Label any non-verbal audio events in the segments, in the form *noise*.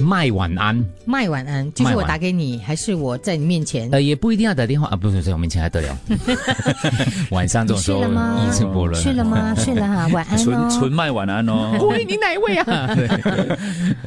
麦晚安，麦晚安，就是我打给你，还是我在你面前？哎呃，也不一定要打电话啊，不是在我面前还得 *laughs* 了？晚上这种时候你睡了吗一尘不染， *laughs* 睡了吗？ *laughs* 睡了 *laughs* 哈，晚安纯哦。纯麦晚安 *laughs* 哦。喂，你哪一位啊？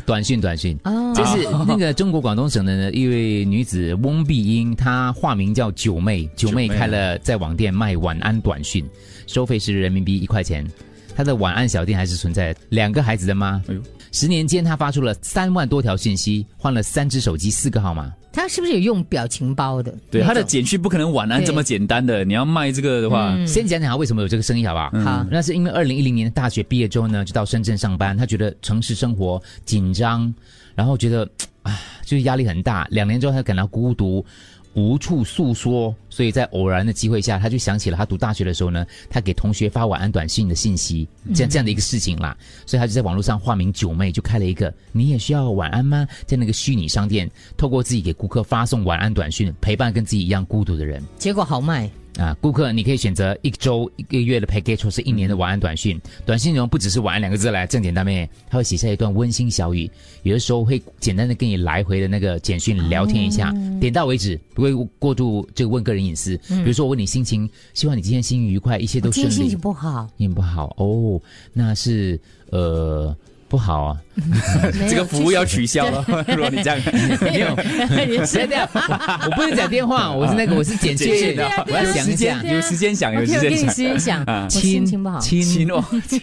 短讯短讯。哦，这是那个中国广东省的一位女子翁碧英，她化名叫九妹，九啊妹九妹开了在网店卖晚安短讯，收费是人民币一块钱。她的晚安小店还是存在的，两个孩子的妈哎呦。十年间，她发出了三万多条信息，换了三只手机，四个号码。他是不是有用表情包的？对，他的那种简讯不可能晚安对这么简单的，你要卖这个的话，嗯先讲讲她为什么有这个生意，好不好？好那是因为二零一零年大学毕业之后呢，就到深圳上班。他觉得城市生活紧张，然后觉得啊，就是压力很大。两年之后，他感到孤独，无处诉说，所以在偶然的机会下，他就想起了他读大学的时候呢，他给同学发晚安短信的信息，这样这样的一个事情啦。所以他就在网络上化名九妹，就开了一个“你也需要晚安吗”这样的一个虚拟商店，透过自己给顾客发送晚安短讯，陪伴跟自己一样孤独的人。结果好卖，啊，顾客你可以选择一周、一个月的 package，或是一年嗯的晚安短讯。短信内容不只是“晚安”两个字来这样简单咩？他会写下一段温馨小语，有的时候会简单的跟你来回的那个简讯聊天一下，嗯点到为止，不会过度这个问个人隐私。比如说我问你心情，希望你今天心情愉快，一切都今顺天心利情。不好，心情不好哦，那是呃不好 *laughs* 啊。没有 *laughs* 这个服务要取消了。 *laughs* 如果你这样，没有，谁的？我不是讲电 *laughs* 话，我是那个我是简简讯讯的，啊我要想时一想间，有时间 *laughs* 想，有 OK，时我给间你时想。啊间想，我心亲情不好，亲 *laughs* 亲哦，亲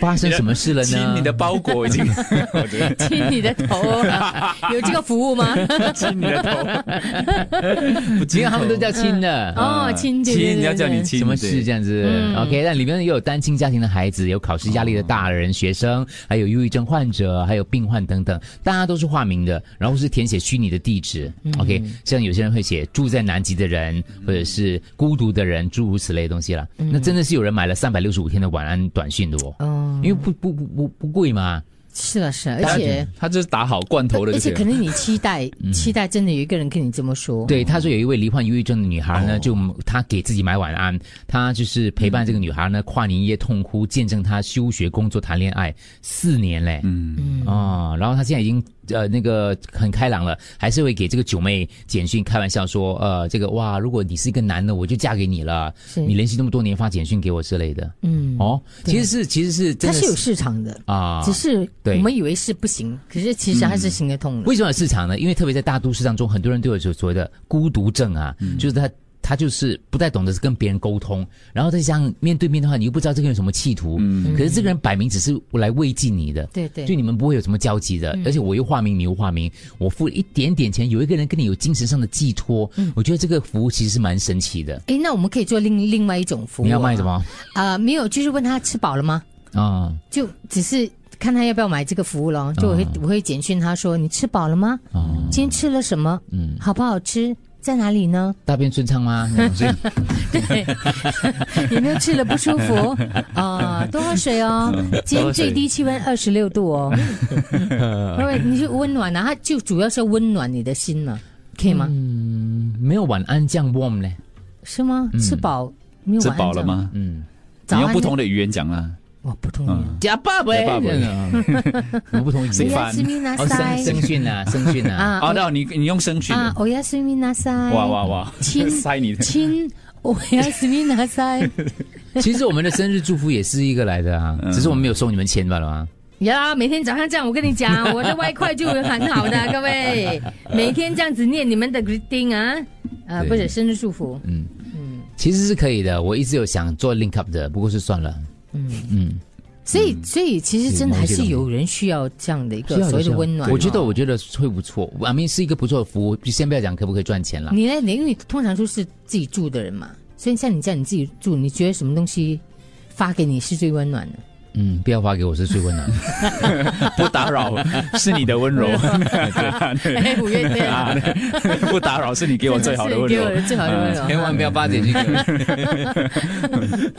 发生什么事了亲呢？你的包裹已经， *laughs* 我觉得亲你的头 *laughs* 啊，有这个服务吗？亲你的头，不因亲为他们都头叫亲的。哦，亲对对啊亲，对要叫对你亲，什么事这样子、o k 但里面也有单亲家庭的孩子，有考试压力的大人、学生，还有忧郁症患者，还有病患等等，大家都是化名的，然后是填写虚拟的地址、o k 像有些人会写住在南极的人，或者是孤独的人，诸如此类的东西啦。那真的是有人买了三百六十五天的晚安短讯的哦，哦，因为不不不不不贵嘛，是了是了，啊他而且他就是嗯打好罐头的而就且行可了。能你期待期待真的有一个人跟你这么说，对，他说有一位罹患忧郁症的女孩呢，哦就她给自己买晚安，她就是陪伴这嗯个女孩呢跨年夜痛哭，见证她休学、工作、谈恋爱四年嘞。嗯，哦，然后她现在已经呃那个很开朗了，还是会给这个九妹简讯开玩笑说，呃，这个哇，如果你是一个男的，我就嫁给你了，是你连续那么多年发简讯给我之类的。嗯，哦，对其实是其实是它真的是有市场的，啊，只是我对们以为是不行，可是嗯其实它是行得通的。为什么有市场呢？因为特别在大都市当中，很多人都有所所谓的孤独症啊，就是他他就是不太懂得跟别人沟通，然后再加上面对面的话，你又不知道这个人有什么企图，可是这个人摆明只是来慰藉你的。对对就你们不会有什么交集的，而且我又化名，你又化名，我付一点点钱，有一个人跟你有精神上的寄托，我觉得这个服务其实是蛮神奇的。诶，那我们可以做另另外一种服务、你要卖什？么啊、没有，就是问他吃饱了吗？啊？就只是看他要不要买这个服务咯。就我会、我会简讯他说：“你吃饱了吗？嗯今天吃了什么？嗯，好不好吃？在哪 *laughs* 里呢？大便顺畅吗？那种所以对，有没有吃了不舒 *laughs* 服？啊、多喝水哦。嗯今天最低气温二十六度哦。 *laughs* 因为你就温暖啊，他就主要是要温暖你的心嘛，可以吗？ *laughs* 嗯没有晚安酱 warm 呢？是吗？吃饱没有吃晚安饱了酱？吗？嗯，早你用安不同的语言讲啊啦。我不同意。嗯假爸爸，假爸爸 *laughs* 我不同意。吃お饭やすみな哦，さ声い声讯 *laughs* 啊，声讯啊，啊哦，那你你用声讯的，啊，おやすみなさい。哇哇哇，亲 *laughs* 塞你的。亲，おやすみなさい。其实我们的生日祝福也是一个来 *laughs* 的嗯啊，只是我们没有收你们钱罢了啊。呀，每天早上这样，我跟你讲，我的外快就很好的，各位，每天这样子念你们的 greeting 啊，呃，对不是生日祝福，其实是可以的，我一直有想做 link up 的，不过是算了。所以所以其实真的还是有人需要这样的一个所谓的温暖。我觉得我觉得会不错，我 mean 是一个不错的服务。先不要讲可不可以赚钱了，你呢，你因为你通常都是自己住的人嘛，所以像你这样你自己住，你觉得什么东西发给你是最温暖的？嗯，不要发给我是最温 *laughs* 暖。不打扰是你的温柔，哎， *laughs* 五月天 *laughs* 啊，不打 *laughs* *laughs* 扰是你给我最好的温给柔我。的最好的温柔，千万不要发简讯给我。